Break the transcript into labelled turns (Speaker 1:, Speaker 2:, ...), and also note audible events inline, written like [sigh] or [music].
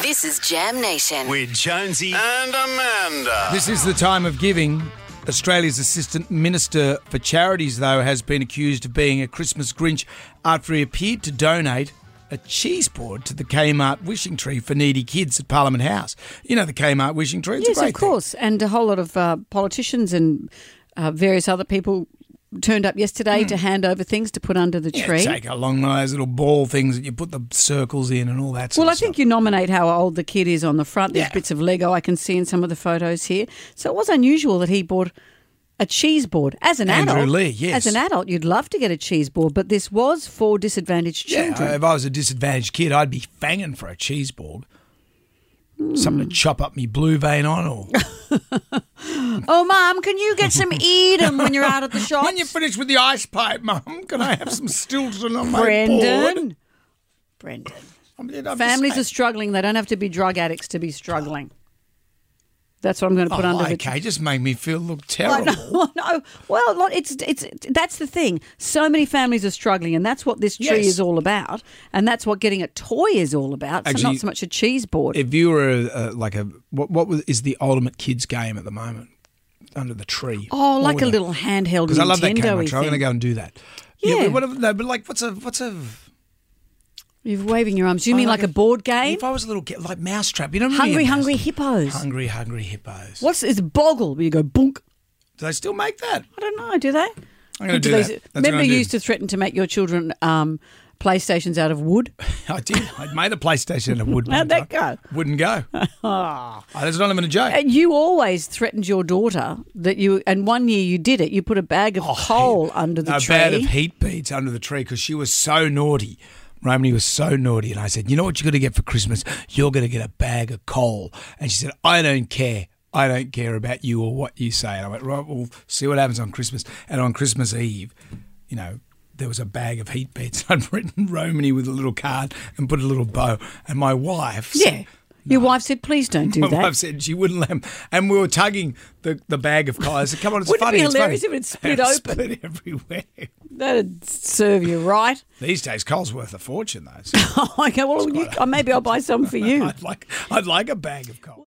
Speaker 1: This is Jam Nation.
Speaker 2: with Jonesy.
Speaker 3: and Amanda.
Speaker 4: This is the time of giving. Australia's Assistant Minister for Charities, though, has been accused of being a Christmas Grinch after he appeared to donate a cheese board to the Kmart wishing tree for needy kids at Parliament House. You know the Kmart wishing tree? It's a
Speaker 5: yes,
Speaker 4: great
Speaker 5: of
Speaker 4: thing.
Speaker 5: course. And a whole lot of uh, politicians and uh, various other people turned up yesterday to hand over things to put under the
Speaker 4: Hmm. Yeah,
Speaker 5: tree.
Speaker 4: take along those little ball things that you put the circles in and all that sort
Speaker 5: well, I
Speaker 4: of
Speaker 5: think you nominate how old the kid is on the front. There's
Speaker 4: Yeah.
Speaker 5: bits of Lego I can see in some of the photos here. So it was unusual that he bought a cheese board as an
Speaker 4: Andrew
Speaker 5: adult.
Speaker 4: Lee, yes.
Speaker 5: As an adult, you'd love to get a cheese board, but this was for disadvantaged
Speaker 4: stuff.
Speaker 5: children.
Speaker 4: Yeah, if I was a disadvantaged kid, I'd be fanging for a cheese board. Something to chop up me blue vein on or
Speaker 5: Oh, mum, can you
Speaker 4: [laughs]
Speaker 5: get some Edam when you're out at the shop?
Speaker 4: um, When you finish with the ice pipe, Mum, can I have some Stilton on my board?
Speaker 5: Brendan. Brendan.
Speaker 4: I mean, I'm just
Speaker 5: Families are
Speaker 4: saying-
Speaker 5: struggling. They don't have to be drug addicts to be struggling. That's what I'm going to put
Speaker 4: Oh,
Speaker 5: under
Speaker 4: okay, just make me feel look terrible.
Speaker 5: the. [laughs] No, no. Well, look, it's it's that's the thing. So many families are struggling, and that's what this tree
Speaker 4: Yes.
Speaker 5: is all about, and that's what getting a toy is all about. so
Speaker 4: Actually,
Speaker 5: not so much a cheese board.
Speaker 4: If you were a, a, like a what, what was, is the ultimate kids game at the moment under the tree?
Speaker 5: oh,
Speaker 4: What
Speaker 5: like
Speaker 4: would
Speaker 5: a
Speaker 4: I-
Speaker 5: little handheld
Speaker 4: Because I love that
Speaker 5: Nintendo.
Speaker 4: camera. So I'm going to go and do that.
Speaker 5: Yeah.
Speaker 4: but what if- no, but like, what's a what's a?
Speaker 5: You're waving your arms. You mean like, a, board game?
Speaker 4: If I was a little kid, like Mousetrap, you know, what I mean?
Speaker 5: Hungry,
Speaker 4: Mouse-
Speaker 5: hungry hippos.
Speaker 4: hungry, hungry hippos.
Speaker 5: What's is boggle? Where you go bonk.
Speaker 4: Do they still make that?
Speaker 5: I don't know. Do they?
Speaker 4: I'm gonna do
Speaker 5: Do they-
Speaker 4: that. That's what
Speaker 5: Remember,
Speaker 4: I'm
Speaker 5: you
Speaker 4: doing.
Speaker 5: used to threaten to make your children um, playstations out of wood.
Speaker 4: I did. I made a PlayStation and it would.
Speaker 5: How'd that go?
Speaker 4: Wouldn't
Speaker 5: [laughs]
Speaker 4: go. oh, that's not even a joke.
Speaker 5: Ah. And you always threatened your daughter that you. And one year you did it. You put a bag of coal under the
Speaker 4: Oh, a
Speaker 5: tree.
Speaker 4: bed of heat beads under the tree because she was so naughty. Romney was so naughty, and I said, "You know what you're going to get for Christmas? You're going to get a bag of coal." And she said, "I don't care. I don't care about you or what you say." And I went, "Right, we'll see what happens on Christmas." And on Christmas Eve, you know, there was a bag of heat beads. [laughs] I'd written Romney with a little card and put a little bow. And my wife,
Speaker 5: yeah.
Speaker 4: said,
Speaker 5: Your wife said, "Please don't do
Speaker 4: [laughs] my
Speaker 5: that."
Speaker 4: wife said she wouldn't let him. And we were tugging the, the bag of coal. I said, "Come on, it's
Speaker 5: Wouldn't it
Speaker 4: funny."
Speaker 5: be
Speaker 4: it's
Speaker 5: hilarious
Speaker 4: funny.
Speaker 5: if it split
Speaker 4: And it
Speaker 5: open?
Speaker 4: [laughs] Split everywhere.
Speaker 5: That'd serve you right. [laughs]
Speaker 4: These days, coal's worth a fortune, though. So [laughs]
Speaker 5: I go, well, you, maybe I'll buy some for you.
Speaker 4: I'd like, I'd like a bag of coal.